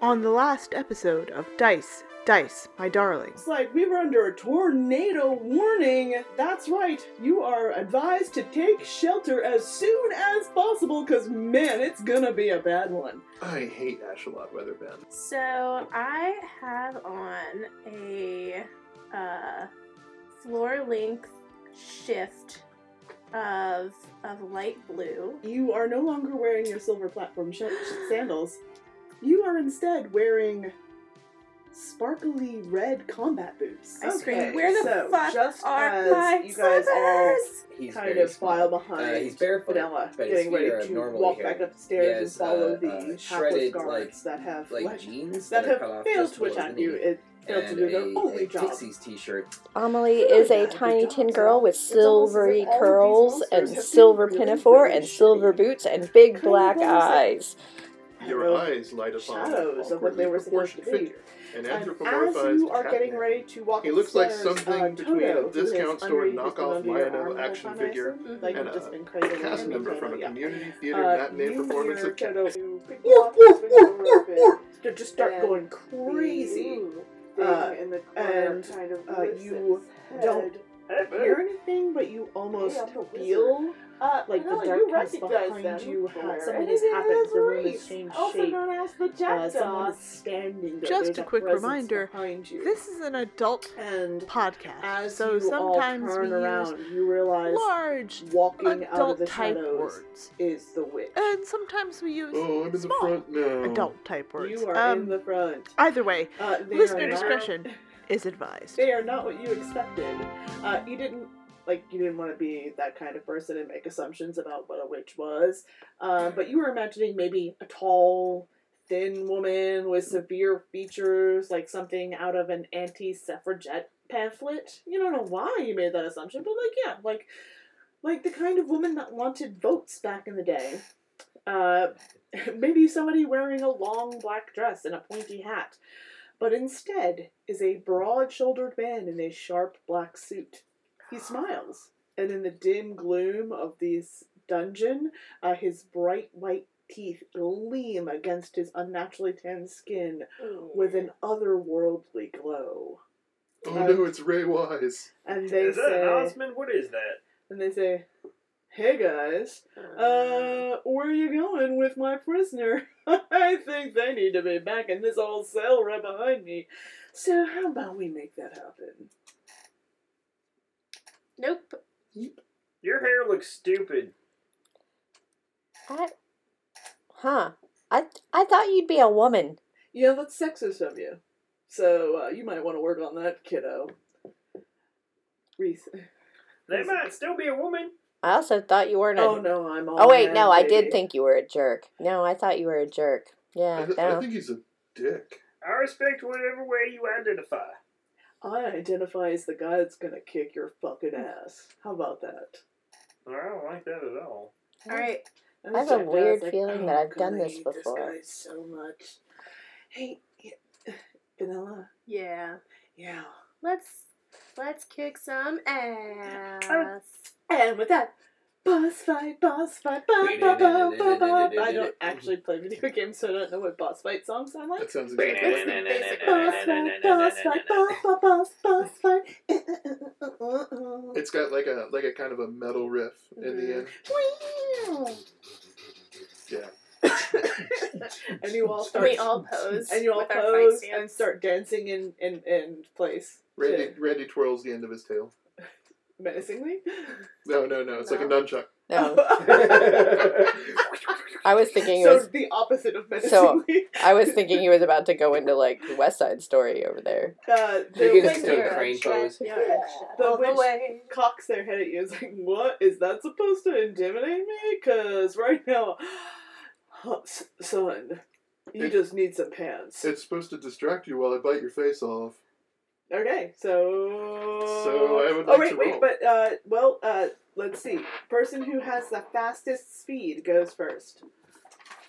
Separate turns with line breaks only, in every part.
on the last episode of Dice, Dice, My Darlings.
It's like we were under a tornado warning. That's right. You are advised to take shelter as soon as possible because, man, it's gonna be a bad one.
I hate Ashelot weather band.
So I have on a uh, floor length shift of of light blue.
You are no longer wearing your silver platform sh- sandals. You are instead wearing sparkly red combat boots.
I
Okay,
scream, "Where the
so
fuck
just
are
as
my
you guys are-
slippers?"
He's
kind
very
of file
small.
behind
Uh, he's barefoot,
Vanilla,
but his
getting
feet
ready
are
to
abnormally
walk
hairy.
back upstairs
He
and
has,
follow
uh,
the
uh,
hapless
shredded,
guards that have
like
let-
jeans
that
that are
have
cut off
failed
just
to
below
attack
the
you.
knee,
It failed to
and
do their
a,
only
a
job.
Pixies t-shirt.
Amelie
Oh,
is
yeah,
a
good
tiny
job,
tin
Sam.
girl with
It's almost as if
silvery
all of these
curls
monsters
and
have been
silver
really,
pinafore
really
and silver
shitty.
boots and big
Kind of
black
what was it?
eyes.
Your eyes light upon
shadows of what they were supposed to
proportioned
be.
figure,
And
an anthropomorphized
as you are
cat
getting
man.
ready to walk
He looks like
upstairs,
something
uh,
between a
Toto, who has
discount store
unwrapped his
knockoff
balloon under your
Lionel
arm
action
all the time,
figure
I assume?
Mhm.
Like
and
you've just
a
been cradling
Cast
him,
member
Toto,
from a
yeah.
community
Uh,
theater matinee
you
performance
hear
of cat.
Toto do big walk, swing over a bit, to just start
And
going crazy.
Ooh,
Uh,
thing in the corner
and,
kind of
uh,
lifts
you
its
don't
head.
hear anything, but you almost
Hey, I'm the
feel uh, like
No,
the
you
darkness
recognize
behind
that
you
before.
has something
It
has
is
happened. The room
Elise,
has changed
Also
shape.
known as the
Uh, someone
Jackdaw.
is standing there.
Just
There's
a quick
presence
reminder,
behind you.
This is an adult
and
podcast,
as
so
you
sometimes
all
we
turn
use
around, you realize
large
walking out of
adult
the
type
shadows
words,
is the witch.
and sometimes we use
Oh, I'm in the
small
front now.
adult type words.
You are
um,
in the front.
Either way,
Uh, they
listener
are not-
discretion is advised.
They are not what you expected. Uh, you didn't like you didn't want to be that kind of person and make assumptions about what a witch was, um, but you were imagining maybe a tall, thin woman with severe features, like something out of an anti-suffragette pamphlet. You don't know why you made that assumption, but like yeah, like like the kind of woman that wanted votes back in the day. Uh, maybe somebody wearing a long black dress and a pointy hat, but instead is a broad shouldered man in a sharp black suit. He smiles, and in the dim gloom of this dungeon, uh, his bright white teeth gleam against his unnaturally tanned skin
Mm-hmm.
with an otherworldly glow.
Oh no, it's Ray Wise.
And they
is that an
say,
announcement? What is that?
and they say, "Hey guys, Uh, where are you going with my prisoner? I think they need to be back in this old cell right behind me. So how about we make that happen?
Nope.
Your hair looks stupid.
I, huh. I, I thought you'd be a woman.
Yeah, that's sexist of you. So uh, you might want to work on that, kiddo. Reese.
They
Yes.
might still be a woman.
I also thought you weren't a.
Oh no, I'm all.
Oh, wait,
man,
no, I did
baby.
think you were a jerk. No, I thought you were a jerk.
I,
Yeah,
th- I
no.
think he's a dick.
I respect whatever way you identify.
I identify as the guy that's gonna kick your
Hmm.
fucking ass. How about that?
I don't like that at all.
All right.
And
I have a
Jack Daw's
weird feeling that
"Oh,
I've done
God, I
this
hate
before."
guy so much. Hey, yeah. Vanilla.
Yeah.
Yeah.
Let's let's kick some ass.
And with that, boss fight, boss fight, ba ba ba ba ba. I don't actually play video games, so I don't know what boss fight songs sound like.
That sounds exactly
It's
like
the
him.
basic boss fight, boss fight, ba ba boss, boss fight. Eh, eh, eh, eh, eh, eh, eh.
It's got like a like a kind of a metal riff in
Mm-hmm.
the end. Yeah.
and you all start.
We all pose.
and you all
with our fight
pose and
stance.
start dancing in in in place
Randy
to-
Randy twirls the end of his tail.
menacingly.
No, no, no. It's like a
No.
nunchuck.
No,
Oh.
I was thinking it
so
was.
the opposite of
So-
menacingly.
I was thinking he was about to go into like West Side Story over there.
uh,
They
the
give us
witch-
to a crane pose.
Yeah.
The
All the
witch-
way.
cocks their head at you. It's like, what is that supposed to intimidate me? Because right now, S- son, you
It-
just need some pants.
It's supposed to distract you while I bite your face off.
Okay, so
So I would
oh
like
wait,
to
wait,
roll.
but uh, well, uh, let's see. Person who has the fastest speed goes first.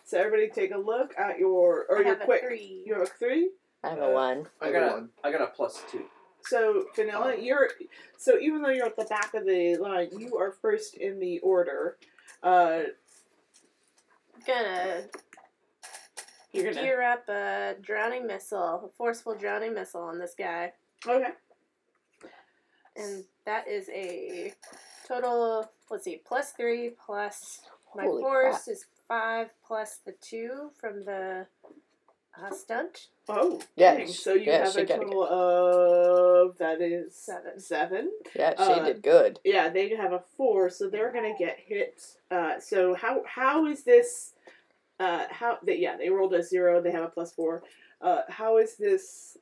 So everybody, take a look at your or
I
your
have a
quick.
three.
You have a three. Uh,
I have a one.
I
I
got
got
one.
I got a plus two.
So Vanilla,
Oh.
you're so even though you're at the back of the line, you are first in the order. Uh,
gonna
You're gonna.
gear up a drowning missile, a forceful drowning missile on this guy.
Okay.
And that is a total, of- let's see, plus three, plus my
Holy
force is five, plus the two from the uh, stunt.
Oh,
Yes,
dang. So you
yes,
have a
she got it.
total of that is
Seven.
Seven.
Yeah, she
Uh,
did good.
Yeah, they have a four, so they're gonna get hit. Uh, so how how is this? Uh, how they, yeah, they rolled a zero. They have a plus four. Uh, how is this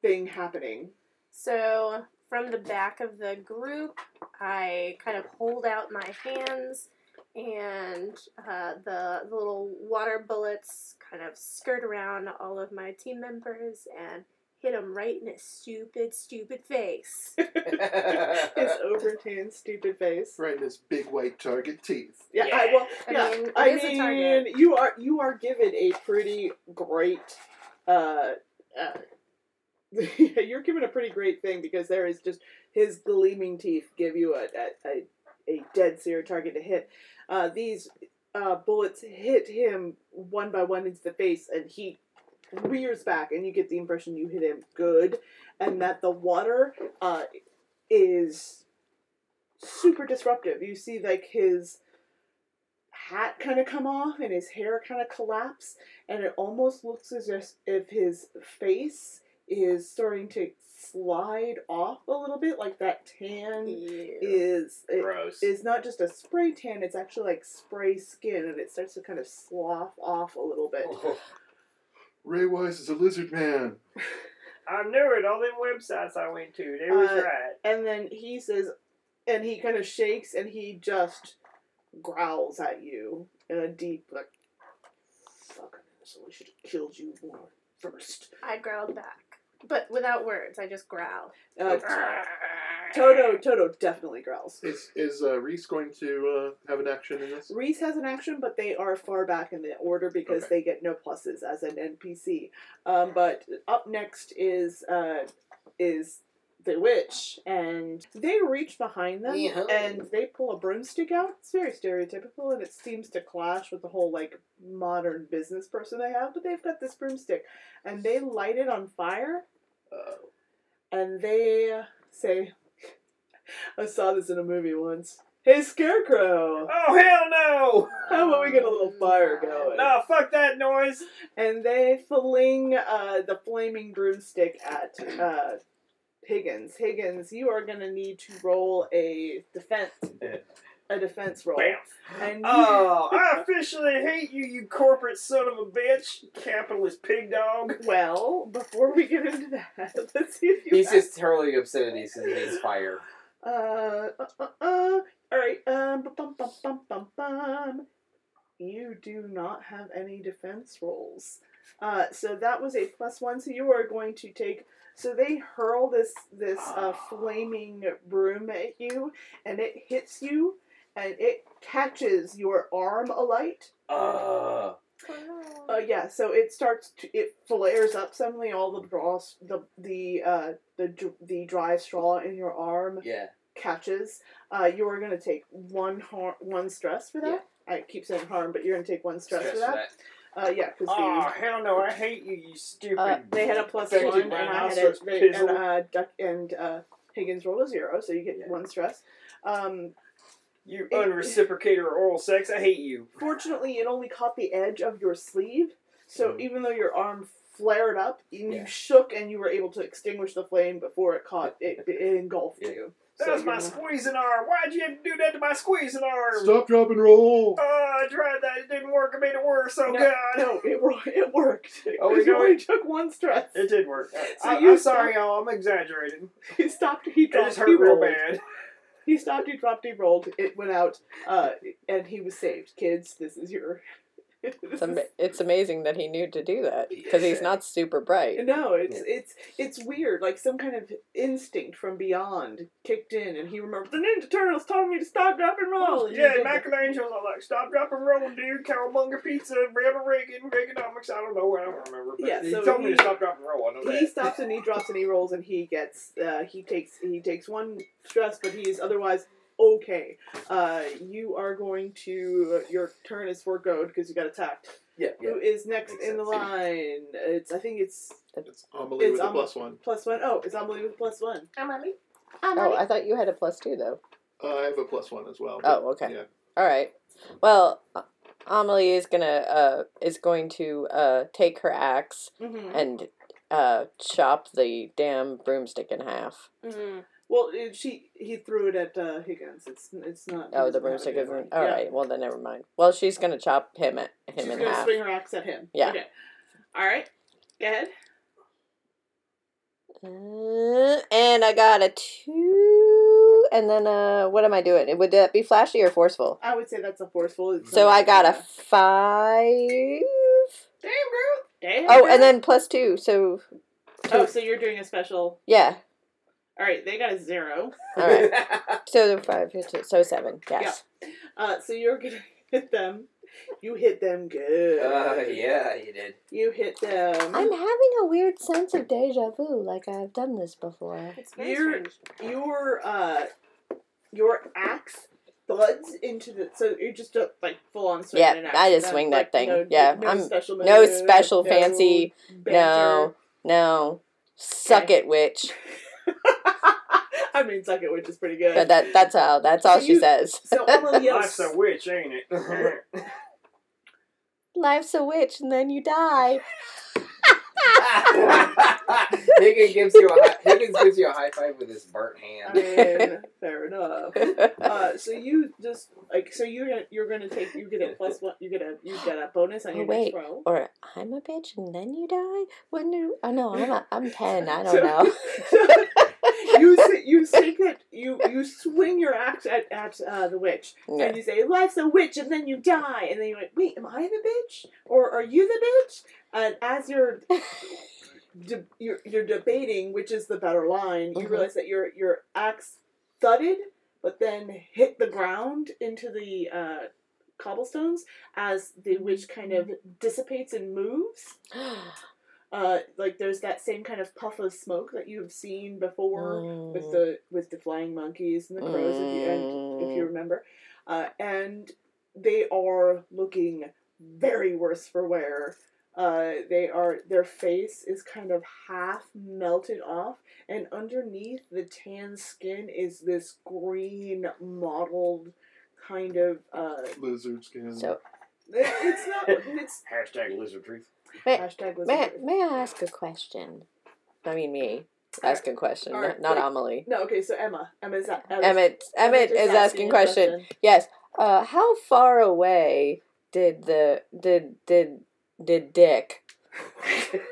thing happening?
So from the back of the group, I kind of hold out my hands, and uh, the, the little water bullets kind of skirt around all of my team members and hit him right in his stupid, stupid face.
His overturned stupid face.
Right in his big white target teeth.
Yeah, I, well,
I
yeah,
mean, it
I
is a
mean,
target.
you are you are given a pretty great, uh, uh you're given a pretty great thing because there is just his gleaming teeth give you a a, a, a dead center target to hit. Uh, these uh, bullets hit him one by one into the face, and he rears back, and you get the impression you hit him good, and that the water uh, is super disruptive. You see, like his hat kind of come off and his hair kind of collapse and it almost looks as if- if his face is starting to slide off a little bit like that tan is it
Gross.
is not just a spray tan it's actually like spray skin and it starts to kind of slough off a little bit
Oh.
Ray Wise is a lizard man.
I knew it. All them websites I went to, they was
Uh,
right.
and then he says and he kind of shakes and he just growls at you in a deep like fuck so we should have killed you more first
I growled back, but without words. I just growled.
Uh,
"Ah."
Toto Toto definitely growls.
Is is uh, Reese going to uh, have an action in
Um,
this?
Reese has an action, but they are far back in the order because
Okay.
they get no pluses as an NPC. Um, but up next is uh, is the witch, and they reach behind them
Yee-hoo.
and they pull a broomstick out. It's very stereotypical, and it seems to clash with the whole like modern business person they have. But they've got this broomstick, and they light it on fire, uh, and they say, "I saw this in a movie once." Hey, Scarecrow!
Oh hell no!
How about we get a
Um,
little
uh,
fire going?
No, fuck that noise.
And they fling uh, the flaming broomstick at uh, Higgins. Higgins, you are gonna need to roll a defense, a defense roll.
Bam.
And you,
Oh, I officially hate you, you corporate son of a bitch, capitalist pig dog.
well, before we get into that, let's see if you.
He's just totally obscenities because he's fire.
Uh, uh, uh, uh. All right. Um, bum, bum, bum, bum, bum. You do not have any defense rolls. Uh, so that was a plus one. So you are going to take. So they hurl this this uh, flaming broom at you, and it hits you, and it catches your arm alight.
Uh,
Uh, yeah, so it starts to, it flares up suddenly. All the draw the the uh, the dr- the dry straw in your arm
yeah.
catches, uh, you are going to take one har- one stress for that. I keep saying harm, but you're going to take one stress,
Stress
for that. Uh, yeah, because
Oh, hell no, I hate you, you stupid.
Uh,
they, they had a plus
Thank you,
one, and I had a
rhinoceros
they,
pizzle.
and uh, duck and uh, Higgins rolled a zero, so you get
Yeah.
one stress. Um,
you unreciprocator of oral sex, I hate you.
fortunately, it only caught the edge of your sleeve, so
Hmm.
Mhm.
even though your arm flared up, and
Yeah.
you shook, and you were able to extinguish the flame before it caught it, it engulfed
Yeah.
you.
That
So
was my
you're-
squeezing arm. Why'd you have to do that to my squeezing arm?
Stop, drop, and roll.
Oh, I tried that, it didn't work, I made it worse, oh
No,
god.
no, it ro- it worked.
Oh, we
'Cause you
know
only took one stress.
It did work.
So
I,
you
am sorry, y'all, I'm exaggerating.
He stopped. He
It
dropped.
just
he
hurt real
rolled.
bad.
He stopped. He dropped. He rolled. It went out, uh, and he was saved. Kids, this is your. this
It's,
is-
ama- it's amazing that he knew to do that because he's not super bright.
no, it's it's it's weird. Like some kind of instinct from beyond kicked in, and he remembered the Ninja Turtles told me to stop, drop, and
Oh,
roll. and he
Yeah,
did that.
Michelangelo's all like, stop, drop, and roll, dude. Cowabunga pizza, Rebel Reagan, Reaganomics. I don't know what I don't remember. But
Yeah,
he
so
told me
he-
to stop, drop, and roll. I know
He
that.
stops and he drops and he rolls and he gets uh, he takes he takes one stress, but he is otherwise okay. Uh, you are going to your turn is foregoed because you got attacked.
Yeah, yeah.
who is next
Makes
in the
sense.
line. It's I think it's
It's Amelie
It's
with a
Am-
plus one.
plus one. Oh, it's Amelie with plus one.
I'm on it.
Oh, I thought you had a plus two though.
Uh, I have a plus one as well. but-
Oh, okay.
Yeah.
All right. Well, A- Amelie is gonna uh is going to uh take her axe
Mm-hmm.
and uh chop the damn broomstick in half.
Mm.
Well, it, she he threw it at uh, Higgins. It's it's not.
Oh,
it
the
doesn't have a
broomstick
good
isn't.
one.
All right. Well, then never mind. Well, she's gonna chop him at him
She's
in
gonna
half.
swing her axe at him.
Yeah.
Okay. All right. Go ahead.
Uh, and I got a two. And then uh, what am I doing? Would that be flashy or forceful?
I would say that's a forceful. It's
So
not-
I got a five.
Damn, girl. Damn.
Oh,
girl.
and then plus two. So
Oh, so you're doing a special.
yeah.
All right, they got a zero.
All right. So five. So seven. Yes.
Uh, so you're gonna hit them. You hit them good.
uh, yeah, you did.
You hit them.
I'm having a weird sense of deja vu, like I've done this before.
It's very
You're-
strange.
your uh your axe thuds into the so you're just uh, like full on swinging
Yeah,
an axe
I just
at them,
swing that
like,
thing.
no-
Yeah,
no
I'm-
special
No
maneuver,
special
no
fancy.
banter.
No. No. Suck
Okay.
it, witch.
I mean, suck it, which is pretty good.
But that that's how that's all
So
she
you-
says.
so Amelie,
Life's a witch, ain't it?
Life's a witch and then you die.
Higgins gives you a high, Higgins gives you a high five with his burnt
I
hand.
mean, fair enough. Uh, so you just like so you you're gonna take you get a plus one you get a you get a bonus on
Oh,
your
wait.
next roll.
or I'm a bitch and then you die? When do I know I'm a, I'm ten, I
So-
don't know.
you s- you sink it you you swing your axe at at uh, the witch
Yeah.
and you say life's a witch and then you die and then you're like wait am I the bitch or are you the bitch and as you're de- you're, you're debating which is the better line you
Mhm.
realize that your your axe thudded but then hit the ground into the uh, cobblestones as the witch kind of dissipates and moves uh, like there's that same kind of puff of smoke that you've seen before
Mm,
with
Oh.
the with the flying monkeys and the crows if you and
Mm.
if you remember, uh, and they are looking very worse for wear. Uh, they are their face is kind of half melted off, and underneath the tan skin is this green mottled kind of. Uh,
Lizard skin.
Oh. So
it's not. It's
Hashtag lizard truth.
Wait,
hashtag lizard
may,
truth.
may I ask a question? I mean me. Ask a question,
Alright,
not,
wait.
not Amelie.
No, okay. So Emma, Emma's Emma's-
Emmett Emmett
Emma's
is asking question. Yes. Uh how far away did the did did did Dick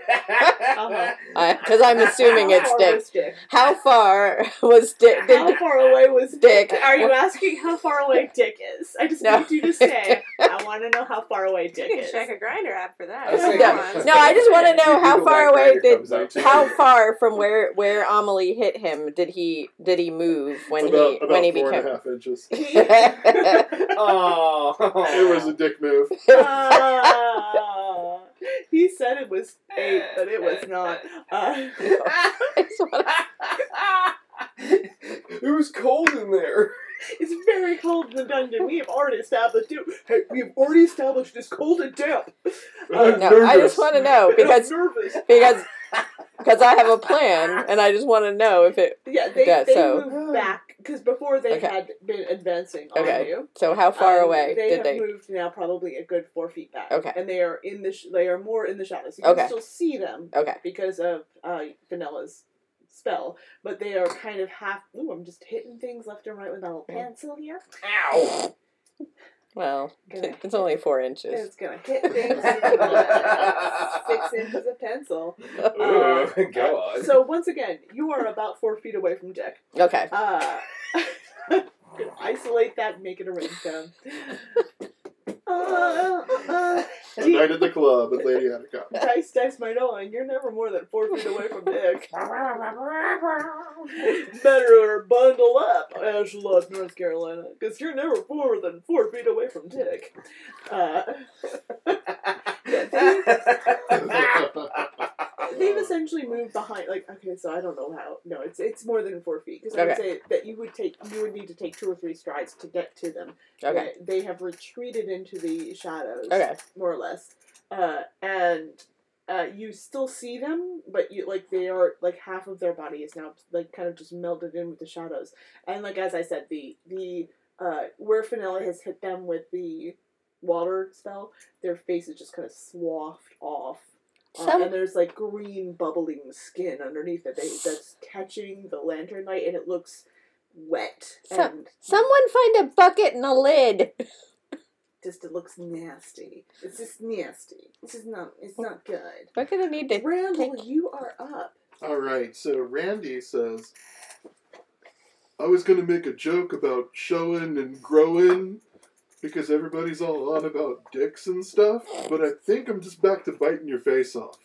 Uh-huh.
because I'm assuming it's
Uh-huh. How far
Dick.
was Dick?
how far was Dick did
How far away was
Dick.
Dick? Are you asking how far away Dick is? I just
No.
need you to say. I want to know how far away Dick
You
is.
could check a grinder app for that.
I was
like-
Come on.
No, I just want to know
You
how
Google
far
that
away
grinder
did
comes up.
how far from where where Amelie hit him did he did he move when
about,
he
about
when he
four and
became
a half inches.
oh,
It was a dick move.
Ah.
Oh,
he said it was eight, but it was not. Uh,
That's what I-
it was cold in there.
it's very cold in the dungeon. We have already established it. Hey, we have already established it's cold and damp.
I'm
no, I
nervous.
just want to know
And I'm
because
nervous.
because because I have a plan and I just want to know if it
Yeah, they,
Yeah,
they
so-
moved back because before they
Okay.
had been advancing on
Okay.
you.
so how far
Um,
away
they
did
have
they
moved now probably a good four feet back
Okay.
and they are in the sh- they are more in the shadows you can
Okay.
still see them
okay
because of uh, vanilla's spell but they are kind of half ooh i'm just hitting things left and right with my little
Yeah.
pencil here
Ow!
well
Gonna-
it's only four inches
it's gonna hit things with my little six inches of pencil Uh,
Ooh, Uh, go
Uh.
on.
so once again you are about four feet away from dick
okay
uh isolate that and make it a ringtone uh, uh, uh.
Tonight at the club at Lady Attica.
Dice, dice, my darling, you're never more than four feet away from Dick. Better uh, bundle up, Ashland, North Carolina, because you're never more than four feet away from Dick. Uh, they've
Uh-huh.
essentially moved behind. Like, okay, so I don't know how. No, it's it's more than four feet because I would say that you would take you would need to take two or three strides to get to them.
okay
They, they have retreated into the shadows,
okay
more or less. uh, and uh, you still see them, but you like they are like half of their body is now like kind of just melded in with the shadows. And like as I said, the the uh, where Fenella has hit them with the water spell, their face is just kind of swathed off. Uh,
Some-
and there's like green bubbling skin underneath that they that's catching the lantern light, and it looks wet
Some-
and
Someone find a bucket and a lid.
just it looks nasty. It's just nasty. This is not. It's not good.
We're gonna need to.
Randall,
take-
you are up.
All right, so Randy says, I was going to make a joke about showing and growing because everybody's all on about dicks and stuff, but I think I'm just back to biting your face off.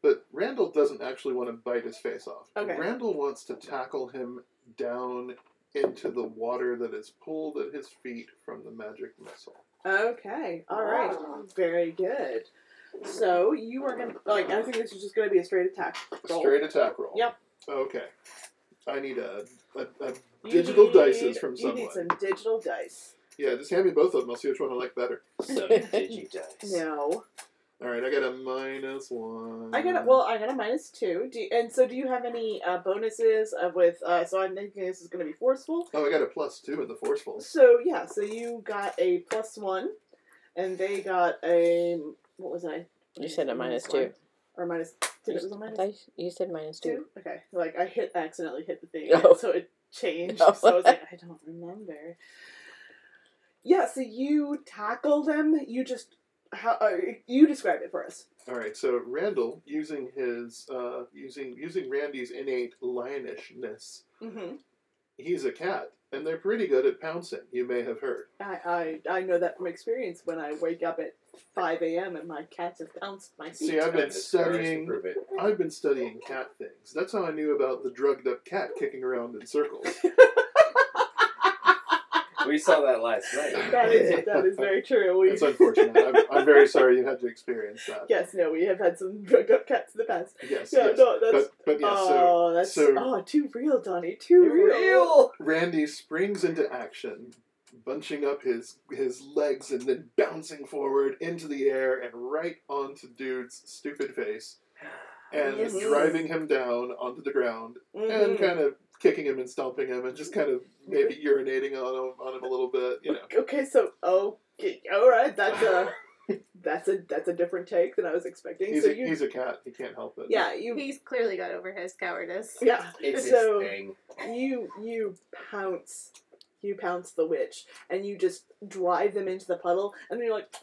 But Randall doesn't actually want to bite his face off.
Okay.
Randall wants to tackle him down into the water that is pulled at his feet from the magic missile.
Okay. All right. Very good. So you are gonna like. I think this is just gonna be a straight attack. roll.
Straight attack roll.
Yep.
Okay. I need a, a, a
You
digital
need-
dices from
You need
someone.
some digital dice.
Yeah, just hand me both of them. I'll see which one I like better.
Some digi dice.
No,
All right, I got a minus one.
I
Mm.
got a, well. I got a minus two. Do you, and so, do you have any uh, bonuses uh, with? Uh, so I'm thinking this is gonna be forceful.
Oh, I got a plus two in the forceful.
So yeah, so you got a plus one, and they got a what was I?
You said a minus two.
one. or minus. Did it was a minus
You said minus two.
two? Okay, like I hit accidentally hit the thing,
Oh.
No.
so it changed.
No.
So I was like, I don't remember. Yeah, so you tackle them. You just how uh, you describe it for us.
All right, so Randall using his uh, using using Randy's innate lionishness.
Mm-hmm.
He's a cat, and they're pretty good at pouncing. You may have heard.
I, I I know that from experience. When I wake up at five a.m. and my cats have pounced my feet.
See, I've
Time
been
to start to
studying.
prove it.
I've been studying cat things. That's how I knew about the drugged up cat kicking around in circles.
Uh,
We saw that last night.
that is that is very true. We,
It's unfortunate. I'm, I'm very sorry you had to experience that.
yes, no, we have had some drug up cats in the past.
Yes.
Yeah,
yes.
no, that's
But, but yeah, so
oh, that's
so-
oh, too real, Donnie. Too real.
Randy springs into action, bunching up his his legs and then bouncing forward into the air and right onto dude's stupid face and
Yes.
driving him down onto the ground and
Mhm.
kind of kicking him and stomping him and just kind of maybe urinating on him, on him a little bit, you know.
Okay, so oh, all right, that's a that's a that's a different take than I was expecting.
He's
so
a,
you,
he's a cat, he can't help it.
yeah, you,
He's clearly got over his cowardice.
yeah,
It's
So-
his thing.
you you pounce, you pounce the witch, and you just drive them into the puddle, and then you're like.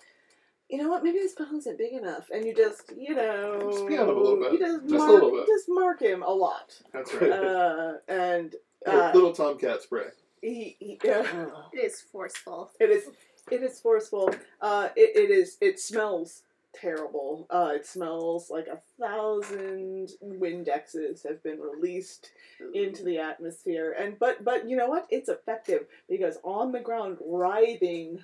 You know what? Maybe this puddle isn't big enough, and you just, you know,
Just pee on him a little bit.
You just,
Just a
mark,
little bit.
just mark him a lot,
That's right.
uh, and
Little-
uh,
little tomcat spray.
he, he Oh.
It is forceful.
It is. It is forceful. Uh, it, it is. It smells terrible. Uh, it smells like a thousand Windexes have been released into the atmosphere, and but but you know what? It's effective because on the ground, writhing,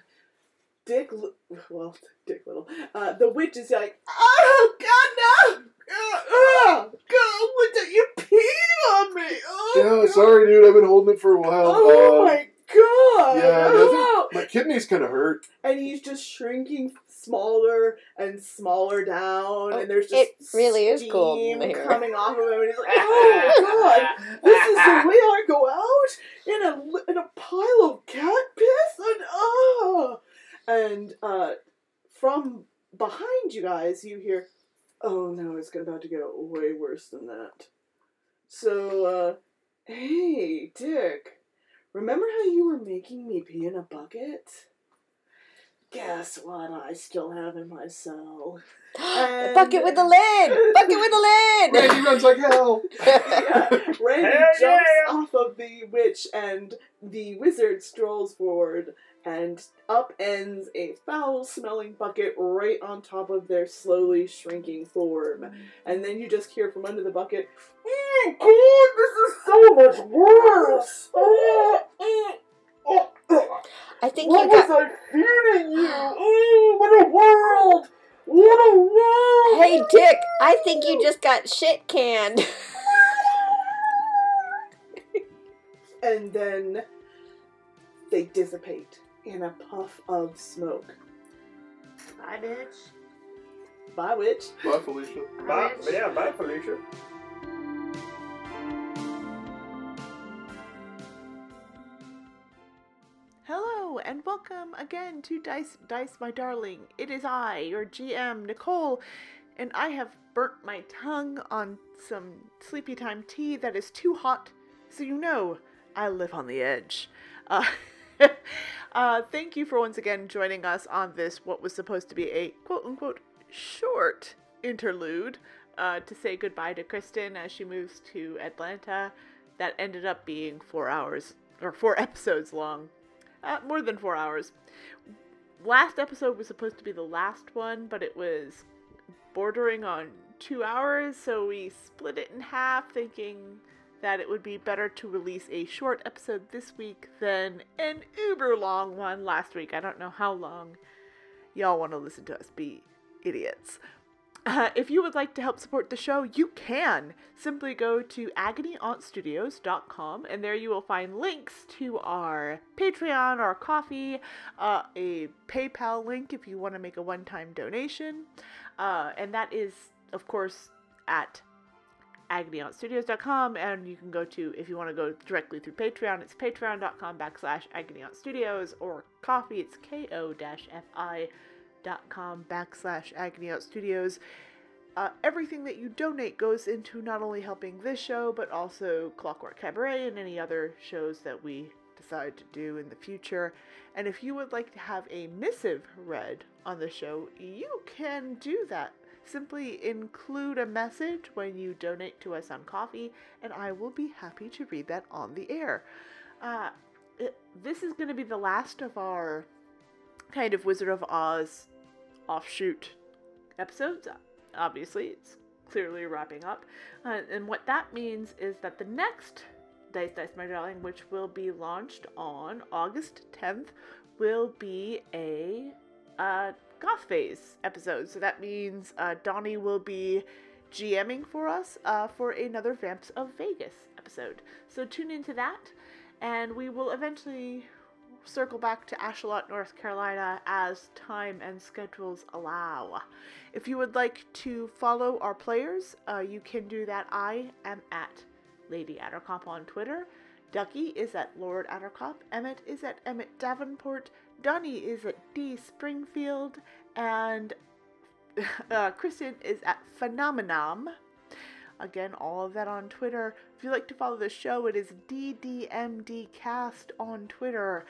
Dick. L- Well, Dick Little. Uh, the witch is like, oh God, no! Uh, uh, God, what did you pee on me? Oh,
Yeah, sorry dude, I've been holding it for a while.
Oh
Uh,
my God!
yeah, nothing-
oh
my kidneys kind of hurt.
and he's just shrinking smaller and smaller down,
Oh,
and there's just
it really is cold in
steam
here.
coming off of him, and he's like, "Oh god, this is the way I go out in a li- in a pile of cat piss," and oh, and uh, from behind you guys, you hear, "Oh no, it's about to get way worse than that." So, uh, hey, Dick, remember how you were making me pee in a bucket? Guess what I still have in my cell.
A bucket with the lid. Bucket with the lid.
Randy runs like hell.
Yeah, Randy
Hell
jumps
yeah!
off of the witch, and the wizard strolls forward and upends a foul-smelling bucket right on top of their slowly shrinking form. And then you just hear from under the bucket, "Oh God, this is so much worse! Oh, oh, oh, oh.
I think
what
you got.
was I feeding you? Oh, what a world! What a world!"
Hey Dick, I think you just got shit canned.
and then they dissipate in a puff of smoke.
Bye, bitch.
Bye, witch.
Bye, Felicia.
Bye. Yeah, bye, Felicia.
Hello and welcome again to Dice Dice my darling. It is I, your GM Nicole, and I have burnt my tongue on some sleepy time tea that is too hot, so you know I live on the edge. Uh, uh, thank you for once again joining us on this what was supposed to be a quote unquote short interlude uh, to say goodbye to Kristen as she moves to Atlanta. That ended up being four hours or four episodes long uh, more than four hours. Last episode was supposed to be the last one, but it was bordering on two hours, so we split it in half, thinking that it would be better to release a short episode this week than an uber long one last week. I don't know how long y'all want to listen to us be idiots. Uh, if you would like to help support the show, you can. Simply go to agonyauntstudios.com and there you will find links to our Patreon, our coffee, uh, a PayPal link if you want to make a one time donation. Uh, and that is, of course, at agonyauntstudios.com. And you can go to, if you want to go directly through Patreon, it's patreon.com backslash agonyauntstudios or coffee, it's ko fi dot com backslash agony out studios uh, everything that you donate goes into not only helping this show but also clockwork cabaret and any other shows that we decide to do in the future and if you would like to have a missive read on the show you can do that simply include a message when you donate to us on coffee and i will be happy to read that on the air uh, it- this is going to be the last of our kind of Wizard of Oz offshoot episodes. Obviously, it's clearly wrapping up. Uh, and what that means is that the next Dice Dice My Darling, which will be launched on August 10th, will be a uh, Goth Phase episode. So that means uh, Donnie will be GMing for us uh, for another Vamps of Vegas episode. So tune into that, and we will eventually circle back to Ashland, North Carolina as time and schedules allow. If you would like to follow our players, uh, you can do that. I am at Lady Addercop on Twitter. Ducky is at Lord Addercop. Emmett is at Emmett Davenport. Donnie is at D Springfield. And uh, Kristen is at Phenomenom. Again, all of that on Twitter. If you'd like to follow the show, it is DDMDcast on Twitter,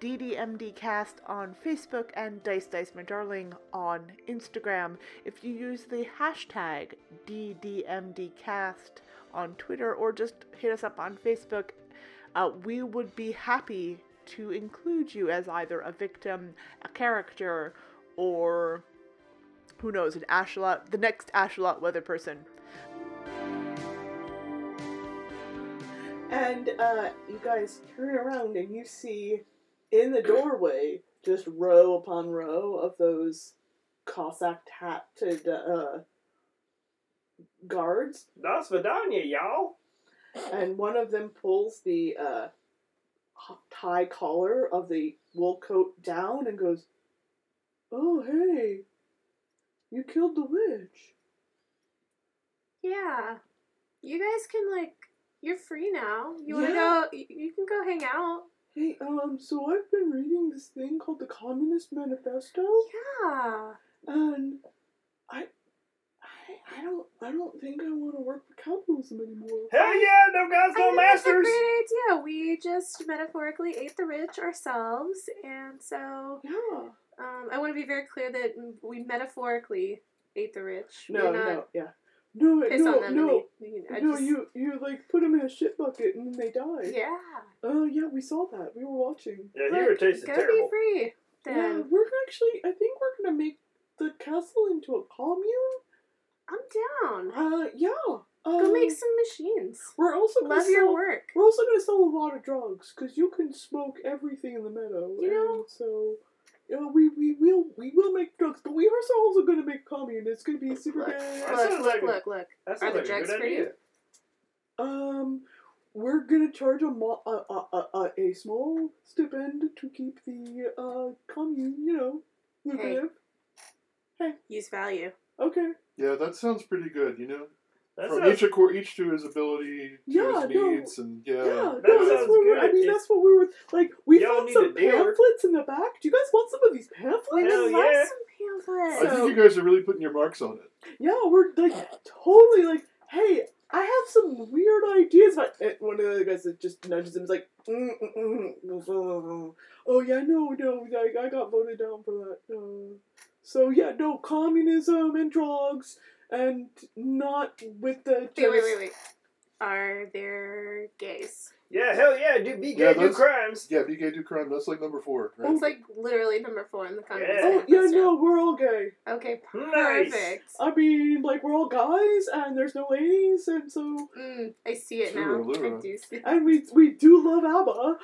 DDMDcast on Facebook, and Dice Dice My Darling on Instagram. If you use the hashtag DDMDcast on Twitter or just hit us up on Facebook, uh, we would be happy to include you as either a victim, a character, or who knows, an Ashelot, the next Ashelot weather person.
And uh, you guys turn around and you see in the doorway just row upon row of those Cossack hatted uh, guards,
That's Vidania, y'all.
and one of them pulls the uh, h- tie collar of the wool coat down and goes, "Oh hey, you killed the witch."
Yeah. You guys can like you're free now. You wanna
Yeah.
go you- you can go hang out.
Hey, um, so I've been reading this thing called the Communist Manifesto,
Yeah.
and I, I, I don't, I don't think I want to work for capitalism anymore.
Hell yeah, no guys,
I
no
think
masters.
That's a great idea. We just metaphorically ate the rich ourselves, and so
Yeah.
um, I want to be very clear that we metaphorically ate the rich.
No,
We're not
no, yeah. No,
piss
no,
on them. and
no,
they- you know, I
no.
just-
You, you like put them in a shit bucket and then they die.
Yeah.
Oh yeah, we saw that. We were watching.
Yeah, he were tasted
Go
terrible.
be free.
Yeah,
Then
we're actually. I think we're gonna make the castle into a commune.
I'm down.
Uh, yeah. Uh,
Go make some machines.
We're also gonna
Love your
sell-
work.
We're also gonna sell a lot of drugs because you can smoke everything in the meadow.
You know-
and so. You know, we, we will we will make drugs, but we are also going to make communists. It's going to be super
Look,
bad.
That
look,
sounds
look,
like a-
look, look.
That
Are
sounds
the
like a
drugs
good
free?
idea.
Um, we're gonna charge a, mo- a, a, a, a, a small stipend to keep the uh commune, you know, lucrative.
Use value.
Okay.
Yeah, that sounds pretty good. You know,
That
from
sounds
each accord, each to his ability, to
Yeah,
his
no.
needs, and yeah.
Yeah, no,
Uh, sounds
that's what we're, I
good.
mean,
It's-
that's what we were like. We
Y'all
found
need
some
a dealer.
pamphlets in the back. Do you guys want some of these
We
pamphlets?
would
Hell
love
yeah.
some
I
pamphlets.
think you guys are really putting your marks on it.
Yeah, we're like totally like, hey, I have some weird ideas. But and one of the other guys that just nudges him is like, mm, mm, mm, mm, mm. oh yeah, no, no, I, I got voted down for that. Uh, so yeah, no communism and drugs and not with the.
Wait, wait, wait, wait. Are there gays?
yeah, hell yeah, dude. Be
Yeah,
gay, do
that's-
crimes.
Yeah, BK do crime. That's like number four, right?
That's like literally number four in the comments.
Yeah.
Oh yeah, no, Uh, we're all gay.
Okay,
Nice.
perfect.
I mean, like we're all guys, and there's no ladies, and so
Mm, I see it now.
Tooraloo.
I do see it.
and we we do love ABBA.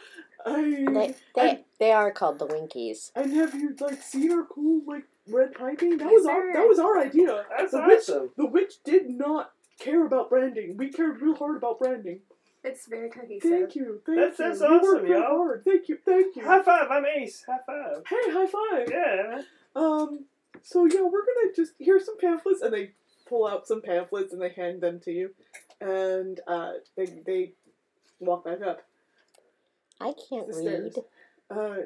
I,
They they, they are called the Winkies.
and have you like seen our cool like red piping? That was our that was our idea.
That's
The
awesome.
witch the witch did not care about branding. We cared real hard about branding.
It's very cohesive.
Thank you, thank
That's-
you.
that's
You worked
awesome,
real
y'all.
hard. Thank you, thank you.
High five. I'm Ace. High five.
hey, high five.
Yeah.
Um, so yeah, we're gonna just here's some pamphlets, and they pull out some pamphlets and they hand them to you, and uh, they they walk back up.
I can't
The
read.
stairs. Uh,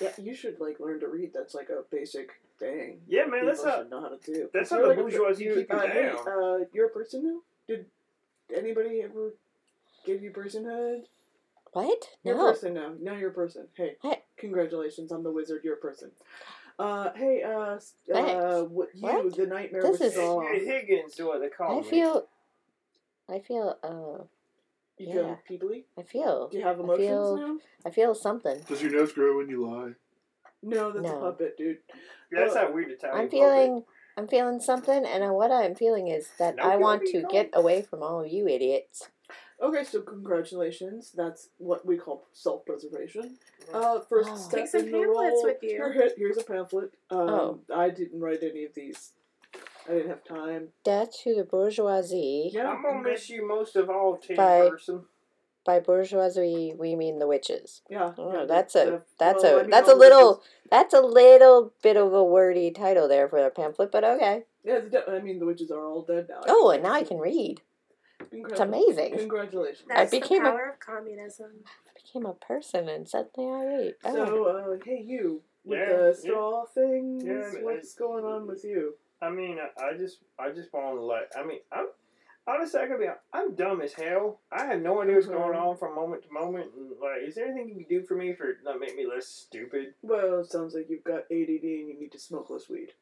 yeah, you should like learn to read. That's like a basic thing.
Yeah, man. That's
People
how.
should know how to do.
That's
You're
how the
like a-
bourgeoisie keep you
uh, hey,
down.
uh, you're a person now. Did anybody ever give you personhood?
What?
You're
No.
a person now. Now you're a person. Hey,
Hey.
congratulations! I'm the wizard. You're a person. Uh, hey, uh, s- uh,
Thanks.
what, you,
What?
the nightmare
This
was
is-
strong.
Hey, Higgins, do what they call
I
me.
feel. I feel. Uh.
You
Yeah.
feel peeply?
I feel.
Do you have
I
emotions
feel-
now?
I feel something.
Does your nose grow when you lie?
No, that's
No.
a puppet, dude.
That's not weird to tell
I'm feeling. I'm feeling something, and what I'm feeling is that
No
I want
feeling,
to
no.
get away from all of you idiots.
Okay, so congratulations. That's what we call self-preservation.
Mm-hmm.
Uh, first
Oh.
step
Take some
in the
pamphlets
role.
with you.
Here, here- here's a pamphlet. Um,
Oh.
I didn't write any of these. I didn't have time.
Death to the bourgeoisie.
Yeah,
I'm gonna miss you most of all, Tim
Bye.
Person.
By bourgeoisie, we mean the witches.
yeah.
Oh,
yeah,
that's
yeah,
a-
yeah.
that's
Well,
a-
I mean,
that's
all
a
the witches-
little- That's a little bit of a wordy title there for a pamphlet, but okay.
Yeah, the de- I mean, the witches are all dead now.
Oh, and now I can read. It's
Congratu-
amazing.
Congratulations.
That's
became a-
the power of communism.
I became a person, and suddenly I read. Oh.
So, uh, hey, you with
Yeah, yeah.
the straw things.
Yeah, I mean,
what's
I-
going on with you?
I mean, I, I just, I just want to let. I mean, I'm honestly, I gotta be. hon- I'm dumb as hell. I have no idea what's going
Mm-hmm.
on from moment to moment. And like, is there anything you can do for me for not make me less stupid?
Well, it sounds like you've got ADD and you need to smoke less weed.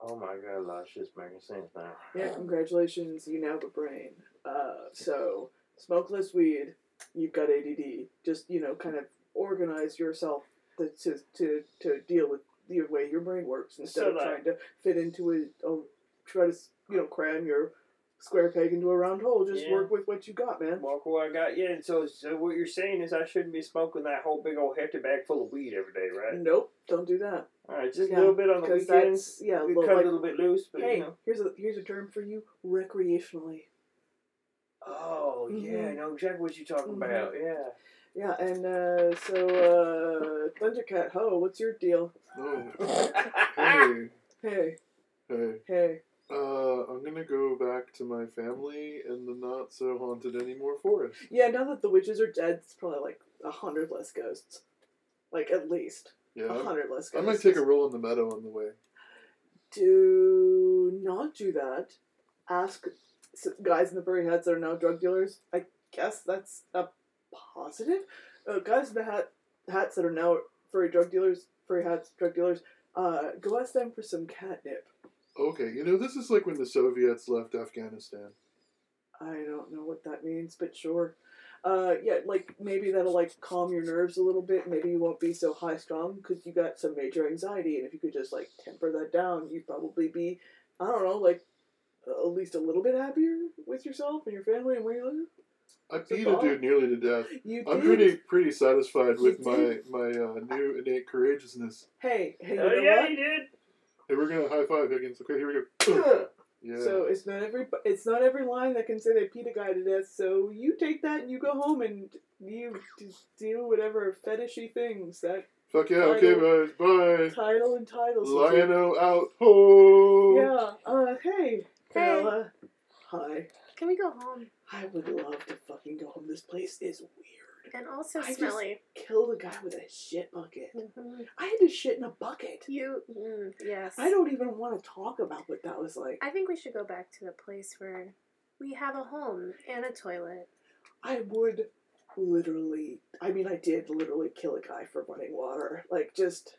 Oh my god, life's just making sense now.
Yeah, congratulations, you now have a brain. Uh, so, smoke less weed, you've got ADD. Just, you know, kind of organize yourself to, to, to, to deal with the way your brain works instead
So,
of
like-
trying to fit into a, a, try to, you know, cram your square peg into a round hole. Just
Yeah.
work with what you got, man.
Walk away, I got yeah. and So, so what you're saying is I shouldn't be smoking that whole big old hefty bag full of weed every day, right?
Nope, don't do that.
All right, just
Yeah,
a little bit on the
Because
weekends.
that's, yeah,
we
look,
cut
like,
a little bit loose, but
hey,
you know.
here's a, here's a term for you, recreationally.
Oh yeah, I
Mhm.
know exactly what you're talking
Mhm.
about. Yeah.
Yeah, and uh, so uh, Thundercat Ho, what's your deal?
No. Oh, hey,
Hey,
hey.
hey.
Uh, I'm gonna go back to my family in the not so haunted anymore forest.
Yeah, now that the witches are dead, it's probably like a hundred less ghosts. Like at least
Yeah,
a
I'm-
hundred less
I
ghosts.
might take a roll in the meadow on the way.
Do not do that. Ask s- guys in the furry hats that are now drug dealers. I guess that's a positive. Uh, guys in the hat hats that are now furry drug dealers, furry hats, drug dealers. Uh, go ask them for some catnip.
Okay, you know this is like when the Soviets left Afghanistan.
I don't know what that means, but sure. Uh, yeah, like maybe that'll like calm your nerves a little bit. Maybe you won't be so high strung because you got some major anxiety, and if you could just like temper that down, you'd probably be, I don't know, like at least a little bit happier with yourself and your family and where you live.
I
It's a
beat a
ball.
dude nearly to death.
You did.
I'm pretty pretty satisfied with
You
my my uh, new innate courageousness.
Hey, hey, you
Oh
know
yeah,
what?
you did.
Hey, we're gonna high five Higgins. Okay, here we go. Yeah.
So it's not every it's not every line that can say they beat a guy to death. So you take that and you go home and you just do whatever fetishy things that
Fuck yeah, okay, guys, bye.
Title and title. something.
Lion-O out, ho!
Yeah. Uh, hey.
Hey.
Bella. Hi.
Can we go home?
I would love to fucking go home. This place is weird.
And also
I just-
smelly.
Killed a guy with a shit bucket.
Mhm.
I had to shit in a bucket.
You, mm, yes.
I don't even want to talk about what that was like.
I think we should go back to the place where we have a home and a toilet.
I would literally, I mean, I did literally kill a guy for running water. Like, just,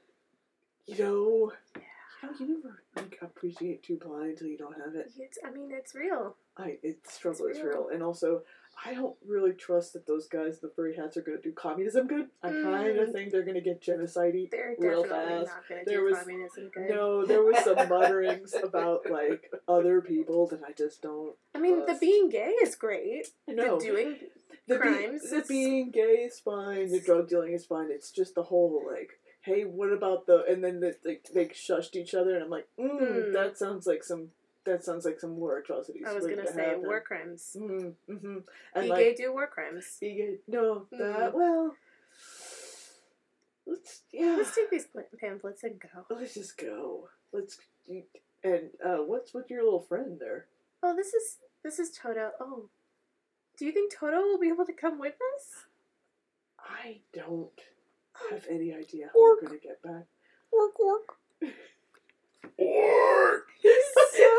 you know, you, know, you never like, appreciate two blind until you don't have it.
It's, I mean, it's real.
I it struggle
It's
is
real.
real, and also I don't really trust that those guys, the furry hats, are going to do communism good. I kind of
Mm.
think they're going to get genocide.
They're
Real
definitely
fast.
not going to
There
do
was
communism good.
No, there was some mutterings about like other people that I just don't.
I mean, the
Trust.
being gay is great.
No,
The doing
the, be-
crimes
the
is-
being gay is fine. The drug dealing is fine. It's just the whole like, hey, what about the? And then the, they they shushed each other, and I'm like, mm,
Mm.
that sounds like some that sounds like some war atrocities.
I was
waiting
gonna
to
say
happen.
war crimes.
Mm, hmm
Be
And like,
gay, do war crimes.
You get no.
Mm.
That, well, let's yeah.
Let's take these pla- pamphlets and go.
Let's just go. Let's you- and uh, what's with your little friend there?
Oh, this is this is Toto. Oh, do you think Toto will be able to come with us?
I don't have any idea how
Orc.
we're gonna get back.
Work, work.
He's so sad.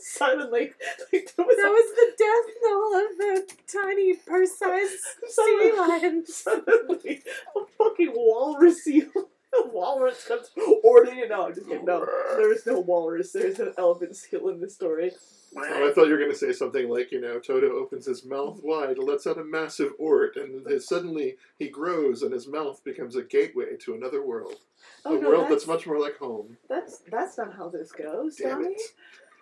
Simon like like that was,
That was the death knell of the tiny purse-sized sea lion.
suddenly a fucking walrus eel- A walrus comes ordering it. No, I'm just kidding. No, there is no walrus. There is no elephant seal in this story.
Oh, I thought you were going to say something like, you know, Toto opens his mouth wide, lets out a massive ort, and then suddenly he grows, and his mouth becomes a gateway to another world.
Oh
a
no,
world
that's,
that's, much more like home.
that's that's not how this goes,
Damn
Donnie.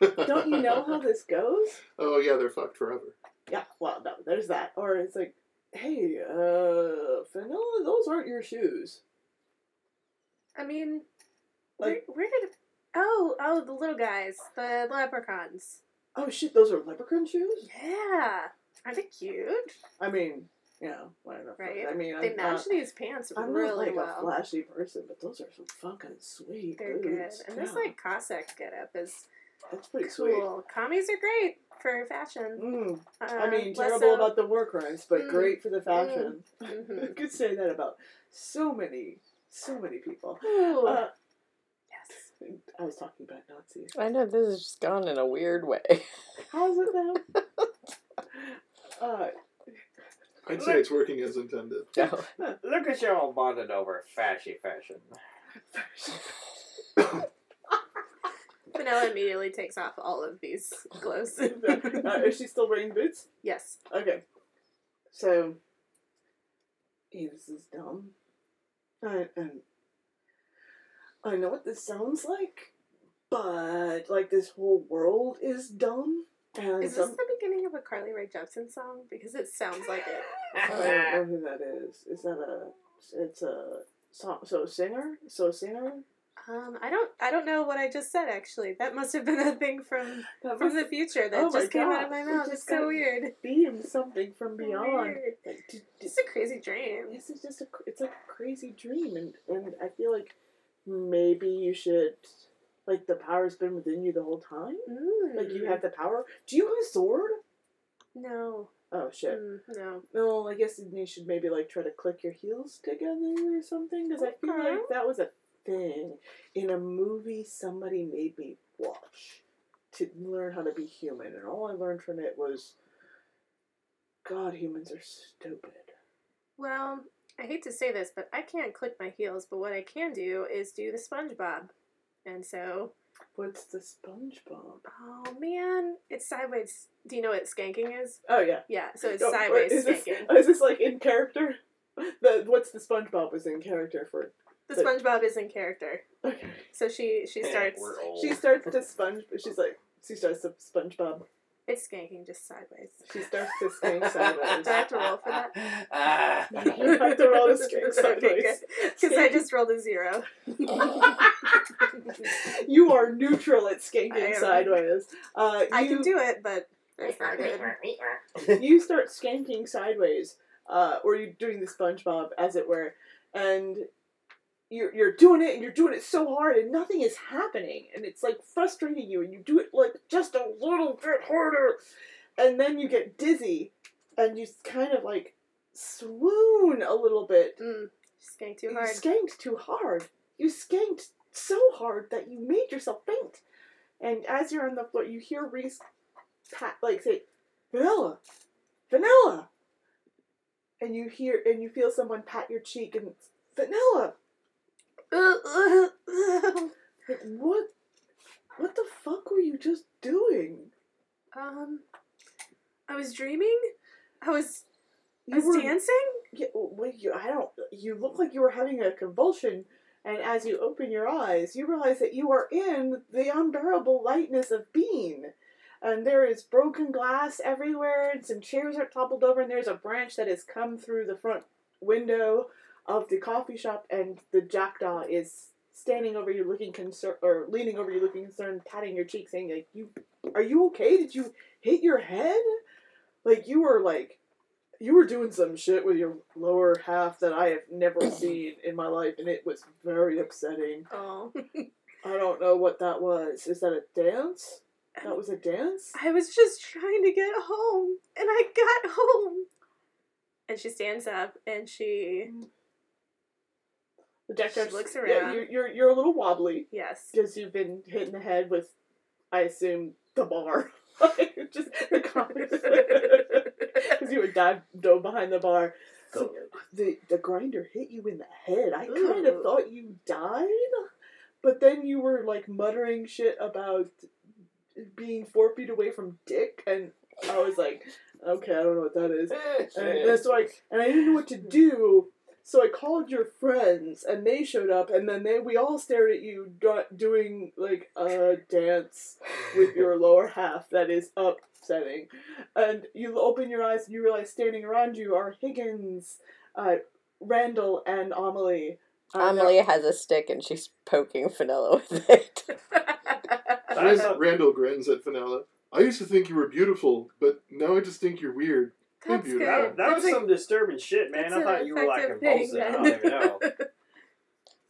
it.
Don't you know how this goes?
Oh, yeah, they're fucked forever.
Yeah, well, no, there's that. Or it's like, hey, uh, Vanilla, those aren't your shoes.
I mean,
Like-
where, where did? Oh, oh, the little guys, the leprechauns.
Oh shit, those are leprechaun shoes?
Yeah, aren't they cute?
I mean, yeah, why not?
Right.
I mean,
They
I'm
match
not,
these pants
I'm not
really
like a
well.
flashy person, but those are some fucking sweet
They're good,
boots.
and this
Yeah,
like Cossack getup is
that's pretty sweet.
cool. uh, Commies are great for fashion.
Mm,
Uh,
I mean,
less
terrible
so-
about the war crimes, but
Mm.
great for the fashion.
Mhm.
I could say that about so many, so many people.
Ooh,
Uh,
yes.
I was talking about Nazis.
I know this has just gone in a weird way.
How's it now? uh,
I'd say it's working as intended.
No.
Look at y'all bonded over fashy fashion.
Vanilla immediately takes off all of these clothes.
uh, is she still wearing boots?
yes.
Okay. So, yeah, this is dumb. I, and I know what this sounds like, but like this whole world is dumb. And
Is this
some-
the beginning of a Carly Rae Jepsen song? Because it sounds like it.
I don't know who that is. Is that a? It's a song. So singer. So singer.
Um, I don't, I don't know what I just said. Actually, that must have been a thing from
That
from
must
the future that
Oh my
just came out of my
gosh, it
mouth.
just
It's so
got-
weird.
be in something from beyond.
Weird.
Like, d- d-
It's a crazy dream.
this is just a it's like a crazy dream and and i feel like maybe you should like the power's been within you the whole time
Mm.
like you have the power do you have a sword
no,
oh shit
Mm, no.
no i guess you should maybe like try to click your heels together or something because i feel
Okay.
like that was a thing in a movie somebody made me watch to learn how to be human and all i learned from it was god humans are stupid
Well, I hate to say this, but I can't click my heels. But what I can do is do the SpongeBob, and so
what's the spongebob
oh man, it's sideways. Do you know what skanking is?
oh yeah
Yeah, so it's
Oh, wait,
sideways
is this,
skanking.
Is this like in character? The what's the SpongeBob was in character for?
The SpongeBob is in character,
Okay.
so she she starts.
Eh, We're old.
She starts to sponge. She's like she starts to SpongeBob.
It's skanking just sideways.
She starts to skank sideways.
Do I have to roll for that?
Ah.
You have to roll a skank sideways.
Because I just rolled a zero.
You are neutral at
I
skanking
am.
sideways. Uh, you,
I can do it, but it's not good.
You start skanking sideways, uh, or you're doing the SpongeBob, as it were, and you're you're doing it and you're doing it so hard and nothing is happening and it's like frustrating you and you do it like just a little bit harder and then you get dizzy and you kind of like swoon a little bit
Mm, just getting too
you
hard.
skanked too hard. You skanked so hard that you made yourself faint. And as you're on the floor, you hear Reese pat, like say, "Vanilla, vanilla," and you hear and you feel someone pat your cheek and it's, vanilla. Like what? What the fuck were you just doing?
um, I was dreaming. I was, I
You
was dancing.
Yeah, well, you, I don't. You look like you were having a convulsion, and as you open your eyes, you realize that you are in the unbearable lightness of Bean. And there is broken glass everywhere, and some chairs are toppled over, and there's a branch that has come through the front window of the coffee shop, and the jackdaw is standing over you, looking concerned, or leaning over you, looking concerned, patting your cheek, saying, "Like you, are you okay? Did you hit your head? Like you were like." you were doing some shit with your lower half that I have never seen in my life, and it was very upsetting.
Oh,
I don't know what that was. Is that a dance? That was a dance?
I was just trying to get home, and I got home. And she stands up, and she
The deck
She
chairs-
looks
Yeah,
around.
you're, you're, you're a little wobbly
yes.
because you've been hit in the head with, I assume, the bar. Just the comics. Because you would dive, dove behind the bar. So the, the grinder hit you in the head. I kind of
Ooh.
thought you died, but then you were like muttering shit about being four feet away from dick, and I was like, okay, I don't know what that is. And, and so I and I didn't know what to do, so I called your friends, and they showed up, and then they we all stared at you do- doing like a dance with your lower half that is upsetting, and you open your eyes and you realize standing around you are Higgins, uh, Randall, and Amelie. Uh,
Amelie has a stick and she's poking Fenella with it.
As Randall grins at Finella. I used to think you were beautiful, but now I just think you're weird. You're
That's
beautiful.
good.
That, that
That's
was
a-
some disturbing shit, man.
that's
I
an
thought you were like
effective thing,
convulsing. I
then.
don't even know.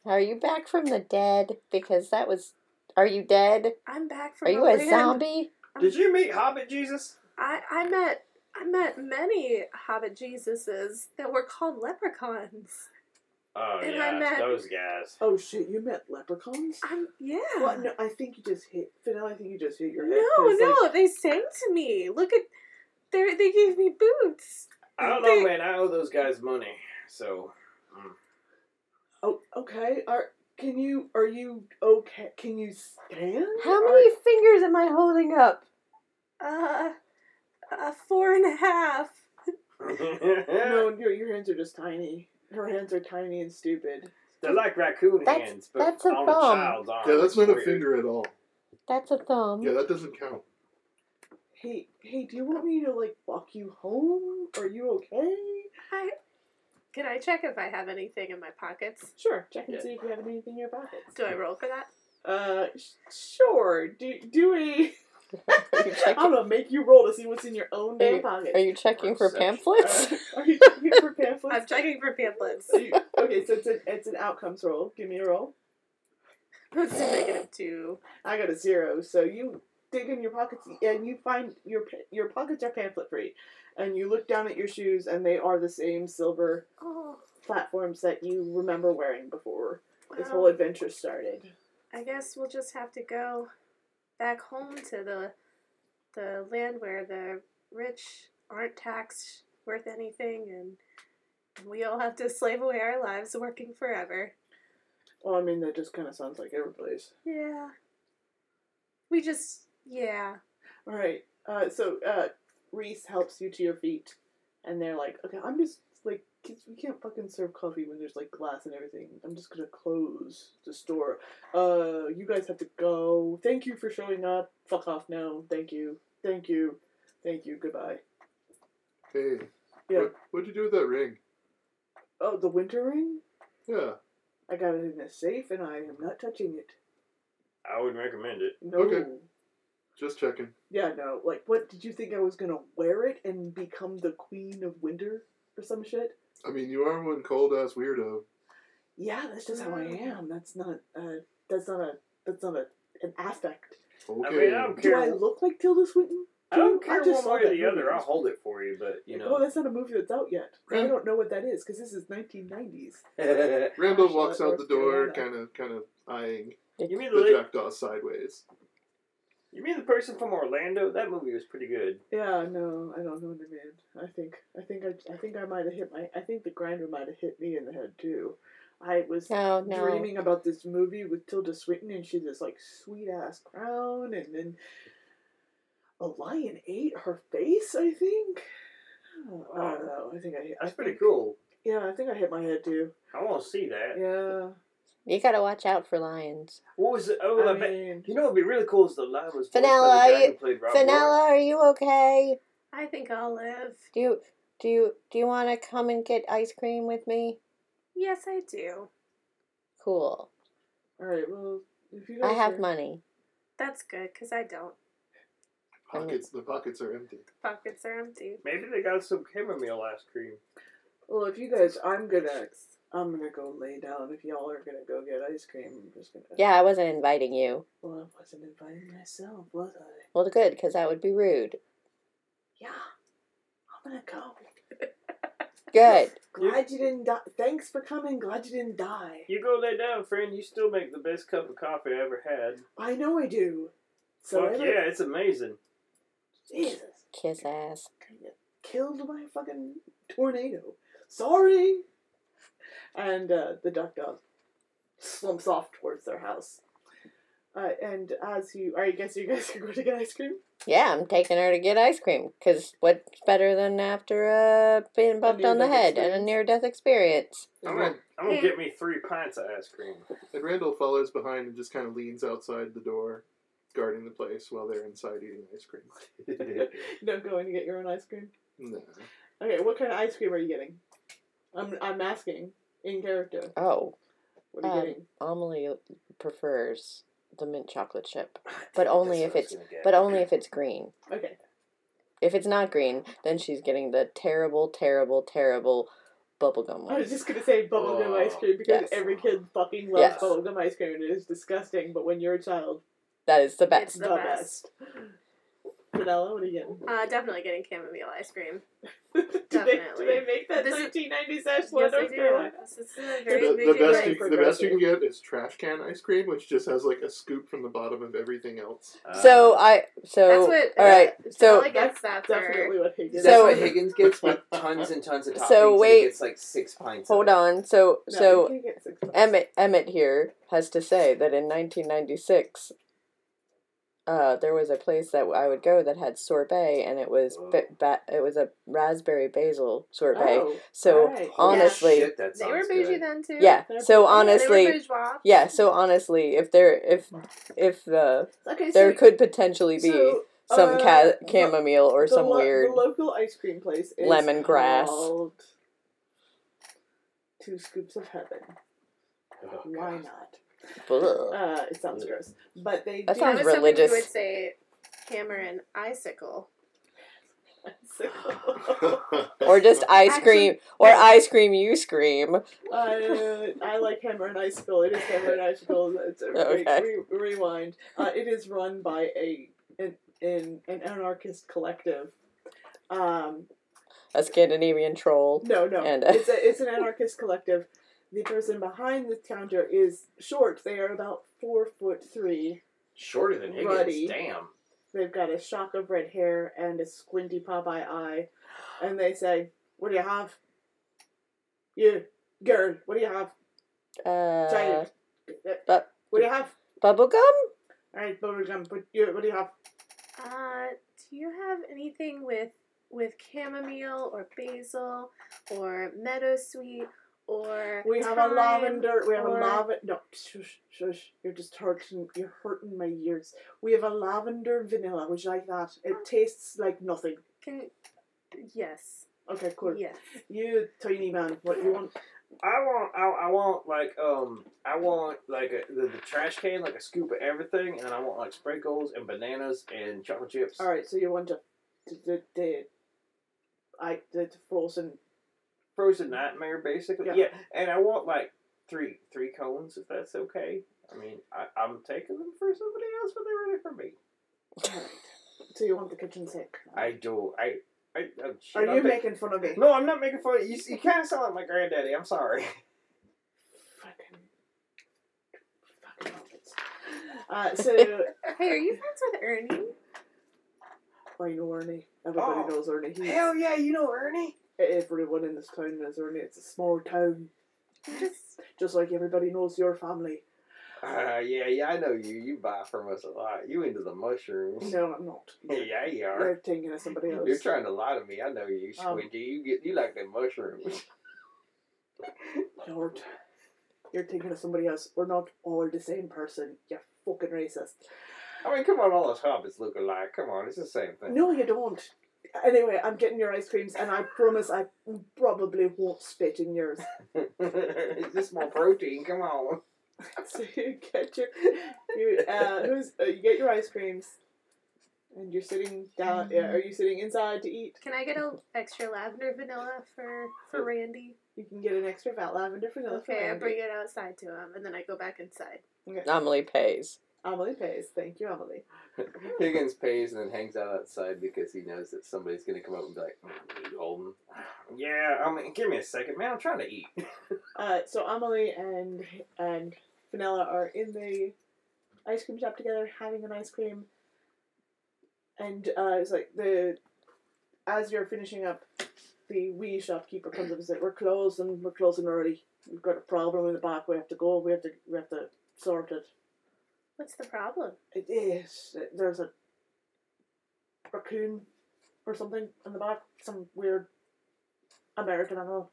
Are you back from the dead? Because that was. Are you dead?
I'm back from.
Are you
the
a
land.
zombie?
Did you meet Hobbit Jesus?
I I met I met many Hobbit Jesuses that were called leprechauns.
Oh
And I
yeah,
met-
those guys.
Oh shit! You met leprechauns.
Ah.
I'm yeah.
Well, no, I think you just hit Finella. I think you just hit your head.
No,
'cause,
no,
like,
they sang to me. Look at they they gave me boots.
I don't
They-
know, man. I owe those guys money, so
Oh, okay. Are can you? Are you okay? Can you stand?
How
Are-
many fingers am I holding up?
Uh, uh four and a half.
they're
No, your your hands are just tiny. Her hands are tiny and stupid.
like raccoon
That's-
hands, but
that's a
on
thumb.
a child's arm.
Yeah, that's
It's
not a
Ah, weird.
finger at all.
That's a thumb.
Yeah, that doesn't count.
Hey, hey, do you want me to like walk you home? Are you okay?
I can I check if I have anything in my pockets?
Sure. Check and see if you have anything in your pockets.
Do I roll for that?
Uh, sh- sure. Do do we?
Are you checking,
I'm gonna make you roll to see what's in your own damn
are
pocket.
you checking for
Perception.
pamphlets?
Are you checking for
I'm
pamphlets?
checking for pamphlets.
Are you- okay, so it's an it's an outcomes roll. Give me a roll.
That's a negative two.
I got a zero. So you dig in your pockets and you find your pa- your pockets are pamphlet free, and you look down at your shoes and they are the same silver
Oh,
platforms that you remember wearing before this
wow.
whole adventure started.
I guess we'll just have to go back home to the the land where the rich aren't taxed worth anything and we all have to slave away our lives working forever.
Well, I mean that just kind of sounds like every place.
Yeah. We just yeah.
All right. Uh, so uh, Reese helps you to your feet, and they're like, "Okay, I'm just like, 'cause we can't fucking serve coffee when there's like glass and everything. I'm just gonna close the store. Uh, you guys have to go. Thank you for showing up. Fuck off now. Thank you. Thank you. Thank you. Goodbye.
Hey.
Yeah.
What, what'd you do with that ring?
Oh, the winter ring.
Yeah.
I got it in a safe, and I am not touching it.
I would recommend it.
No.
Okay. Just checking.
Yeah, no. Like, what did you think I was gonna wear it and become the queen of winter or some shit?
I mean, you are one cold ass weirdo.
yeah, that's just how I
Mm.
am. That's not uh, that's not a that's not a, an aspect.
I
Okay.
mean, I don't
Do I
care.
look like Tilda Swinton?
I don't
I
care
just
one way
saw
or
that
the other.
movie.
I'll hold it for you, but you
Oh,
know. Mm.
that's not a movie that's out yet. I
Right.
don't know what that is because this is 1990s.
Give
Rambo
Charlotte,
walks out the
North
door,
Carolina.
kind of, kind of eyeing
me the
the
la-
jackdaw sideways.
you mean the person from Orlando? That movie was pretty good.
Yeah, no, I don't know the man. I think I think I, I think I might have hit my I think the grinder might have hit me in the head too. I was
No, Oh, no.
dreaming about this movie with Tilda Swinton and she had this like sweet ass crown and then a lion ate her face, I think. Oh, I don't know. I think I hit I
That's pretty
think-
cool.
Yeah, I think I hit my head too.
I want to see that.
Yeah.
You gotta watch out for lions.
What was it? Oh, I,
I
bet-
mean,
You know, what'd be really cool is the line was voiced by the
Fenella,
guy
are you-
who played Rob Roy.
Fenella, are you okay?
I think I'll live.
Do you do you do you want to come and get ice cream with me?
Yes, I do.
Cool.
all right, well, if you
I
guys
have
are-
money.
That's good because I don't.
Pockets, the pockets are empty.
Pockets are empty.
Maybe they got some chamomile ice cream.
Well, if you guys, I'm gonna, I'm gonna go lay down. If y'all are gonna go get ice cream, I'm just gonna.
Yeah, I wasn't inviting you.
Well, I wasn't inviting myself, was I?
Well, good, because that would be rude.
Yeah, I'm gonna go.
Good.
Glad you didn't die. Thanks for coming. Glad you didn't die.
You go lay down, friend. You still make the best cup of coffee I ever had.
I know I do. So I
Fuck
don't-
yeah, it's amazing.
Jesus,
Kiss ass.
kinda killed my fucking tornado. Sorry. And uh, the duck dog slumps off towards their house. Uh, and as you, I guess you guys can go to get ice cream.
Yeah, I'm taking her to get ice cream because what's better than after uh, being bumped on the
near-death
head and a
experience.
near death experience?
And,
I'm gonna,
Ran-
I'm gonna
Yeah.
get me three pints of ice cream.
and Randall follows behind and just kind of leans outside the door, guarding the place while they're inside eating ice cream.
No, go in and get your own ice cream.
No.
Okay, what kind of ice cream are you getting? I'm I'm asking in character.
Oh,
What are you
Um,
getting?
Amelie prefers the mint chocolate chip,
That's
but only
what I
if
was
it's
gonna get.
but only if it's green.
Okay.
If it's not green, then she's getting the terrible, terrible, terrible bubblegum
I was
one.
just gonna say bubblegum
Oh,
ice cream because
yes.
every kid fucking loves
Yes.
bubblegum ice cream and it is disgusting, but when you're a child,
That is the
it's
best.
the,
The
best.
best.
Vanilla, what are you getting?
Uh, definitely getting chamomile ice cream.
do, they, do
Definitely.
they make that
This is-
1390s Ashland,
Yes, I
North
do.
Carolina?
This is
The,
a very
the best
big
you, the best you can get is trash can ice cream, which just has like a scoop from the bottom of everything else.
So I so
That's what.
Oh, all
uh,
right.
So
So
I gets that for.
Definitely what he gets.
That's
So-
what Higgins gets with tons and tons of toppings.
So
and
wait.
he gets like six pints.
hold
of
on. So
No,
so
you can't get six bucks.
Emmett Emmett here has to say that in 1996, uh, there was a place that I would go that had sorbet, and it was
Whoa.
ba- ba- it was a raspberry basil sorbet.
Oh,
so
right.
honestly,
Shit, that
They were
sounds
bougie
good.
then too.
yeah.
They're bourgeois.
So
they were
honestly,
bourgeois.
yeah. So honestly, if there if if uh,
okay,
there
so,
could potentially be
so,
some
uh,
ca-
the-
chamomile or
the
some
lo-
weird.
The local ice cream place is
lemongrass.
called Two Scoops of Heaven.
Oh,
Why
God.
not?
Ugh.
Uh, it sounds gross, but they
That
do.
I
sounds
was
really-
hoping you
religious.
would say hammer and icicle.
Or just ice
Actually-
cream, or ice cream you scream.
I, uh, I like Hammer and Ice Bill. It is Hammer and Ice Bill. It's a re-
Okay.
re- rewind. Uh, it is run by a an an, an anarchist collective. Um,
A Scandinavian troll.
no, no,
And, uh,
it's a, it's an anarchist collective. The person behind the counter is short. They are about four foot three.
Shorter than Higgins.
Ruddy.
Damn.
They've got a shock of red hair and a squinty Popeye eye, and they say, "What do you have? You girl, what do you have?
Uh,
Child, uh,
but
what do you have?
bubblegum?
All right, bubblegum. But you, what do you have?
Uh, do you have anything with with chamomile or basil or meadow sweet or
We have a
thyme?
lavender. We have a
or-
lavender. No, shush, shush. You're just hurting. You're hurting my ears. We have a lavender vanilla. Would you like that? It tastes like nothing.
Can yes,
Okay, cool.
yes.
You tiny man, what you want?
I want, I, I want like, um, I want like a, the, the trash can, like a scoop of everything, and I want like sprinkles and bananas and chocolate chips.
All right, so you want the the the, the I the frozen
Frozen nightmare, basically.
Yeah.
Yeah. and I want like three three cones if that's okay. I mean, I, I'm taking them for somebody else, but they're ready for me.
So you want the kitchen sink?
I do. I. I oh, shit,
Are
I'm
you
ta-
making fun of me?
No, I'm not making fun. of You, you kind of sound like my granddaddy. I'm sorry.
Fucking. Fucking outfits. Uh, so,
Hey, are you friends with Ernie?
I know Ernie. Everybody
Oh.
knows Ernie. He's,
Hell yeah, you know Ernie.
everyone in this town knows Ernie. It's a small town.
I'm just
Just like everybody knows your family.
Uh, yeah, yeah, I know you. You buy from us a lot. You into the mushrooms.
No, I'm not.
Yeah, yeah, you are.
You're thinking of somebody else.
You're trying to lie to me. I know you,
Um,
Squidgy. you get you like them mushrooms.
Lord. You're thinking of somebody else. We're not all the same person. You're fucking racist.
I mean, come on, all us hobbits look alike. Come on, it's the same thing.
No, you don't. Anyway, I'm getting your ice creams, and I promise I probably won't spit in yours.
it's just more protein. Come on.
so you get your, you uh, who's uh, you get your ice creams, and you're sitting down. yeah, Are you sitting inside to eat?
Can I get an extra lavender vanilla for for Randy?
You can get an extra vat lavender vanilla. for
Okay, I
Andy.
bring it outside to him, and then I go back inside.
Okay.
Amelie pays.
Emily pays. Thank you, Emily.
Higgins pays and then hangs out outside because he knows that somebody's gonna come up and be like, mm, you Golden.
Yeah, I mean, give me a second, man. I'm trying to eat.
Uh, so Emily and and Vanilla are in the ice cream shop together, having an ice cream. And uh, it's like the as you're finishing up, the wee shopkeeper comes up and says, "We're closed and we're closing early. We've got a problem in the back. We have to go. We have to we have to sort it.
What's the problem?
It is there's a raccoon or something in the back, some weird American animal.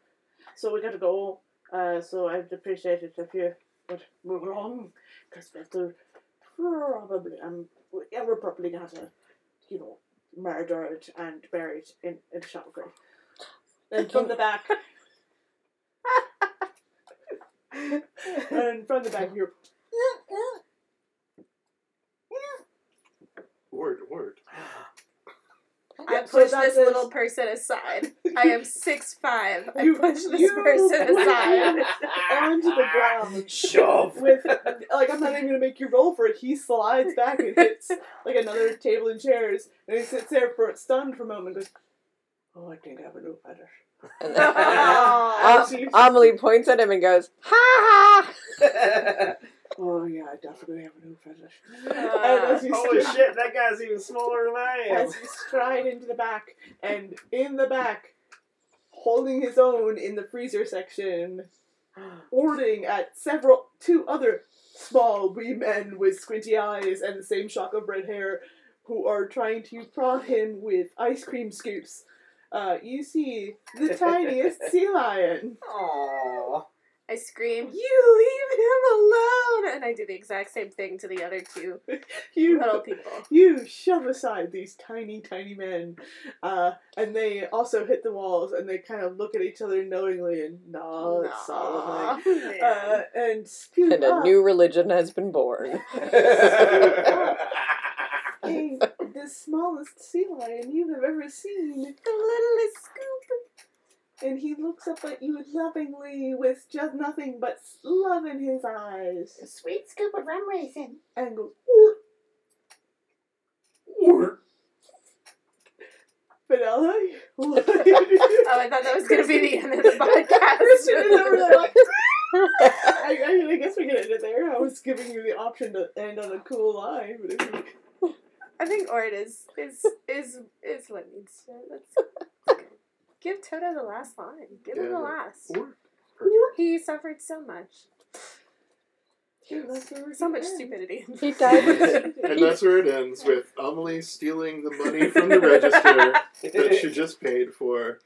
So we gotta go. Uh, so I'd appreciate it if you would move along, because we have to probably um we- yeah we're probably gonna have to you know murder it and bury it in in shallow grave. And from the back. and from the back, you're
Word, word.
I
Yeah,
push
so that's
this
it.
little person aside. I am six five. I
You-
push this
you-
person aside.
onto the ground.
Shove.
with like I'm not even gonna make you roll for it. He slides back and hits like another table and chairs, and he sits there for stunned for a moment. Goes, oh, I think I have a new better.
And then
Ah,
Am-
she-
Amelie points at him and goes, "Ha ha!"
oh yeah, I definitely have a new fetish. and as
Uh,
you
Holy
stride-
shit, that guy's even smaller than I am.
as you stride into the back, and in the back, holding his own in the freezer section, ordering at several two other small wee men with squinty eyes and the same shock of red hair, who are trying to prod him with ice cream scoops. Uh, you see the tiniest sea lion.
Aww.
I scream, "You leave him alone!" And I do the exact same thing to the other two
You
little people.
you shove aside these tiny, tiny men, uh, and they also hit the walls, and they kind of look at each other knowingly and nod
Aw,
solemnly,
man.
uh, and spew
And a
up.
new religion has been born.
a, the smallest sea lion you have ever seen.
the littlest scoop.
And he looks up at you lovingly with just nothing but love in his eyes.
Sweet scoop of rum raisin.
And goes, "Ork." Fidella, what are you doing?
Oh, I thought that was gonna be the end of the
Kristen is over
podcast.
there like, I, I mean, I guess we can end it there. I was giving you the option to end on a cool line, but if you
I think Ord is is is is what needs to. That's, give Toto the last line. Give him
Yeah.
the last.
Word.
He suffered so much.
Dude, that's where we're
So much
gonna end.
stupidity.
he died.
And that's where it ends with Amelie stealing the money from the register that she just paid for.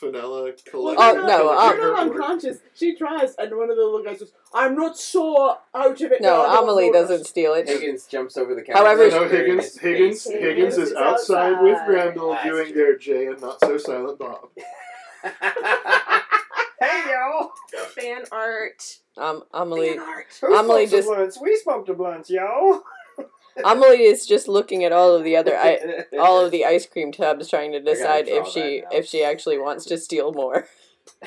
Finella collecting.
Oh, no,
You're
um,
not
her order.
unconscious. She tries, and one of the little guys goes, "I'm not sure out of it." now, I
No,
don't
Amelie
know."
doesn't steal it.
Higgins jumps over the counter.
However-
no, Higgins, Higgins, Higgins is outside with Randall
That's
doing
true.
their Jay and Not So Silent Bob.
hey, y'all.
Fan art.
Um, Amelie,
Fan art.
Who
Amelie
smoked the
just-
blunts? We smoked the blunts, y'all.
Amelie is just looking at all of the other, I, all of the ice cream tubs, trying to
gotta
decide
draw
if she,
that now.
if she actually wants to steal more.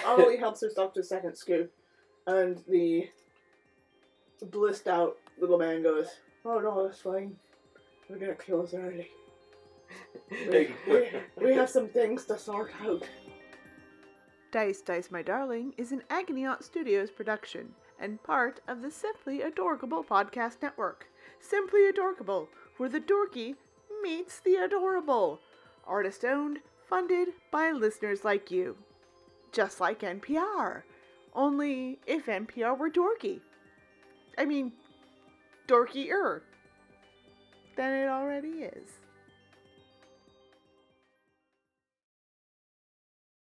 Amelie helps her stop to a second scoop, And the blissed out little man goes, Oh no, that's fine. We're gonna close early. We, we, we have some things to sort out.
Dice Dice My Darling is an Agony Aunt Studios production and part of the Simply Adorkable podcast network. Simply Adorkable, where the dorky meets the adorable. Artist owned, funded by listeners like you. Just like NPR. Only if NPR were dorky. I mean, dorkier than it already is.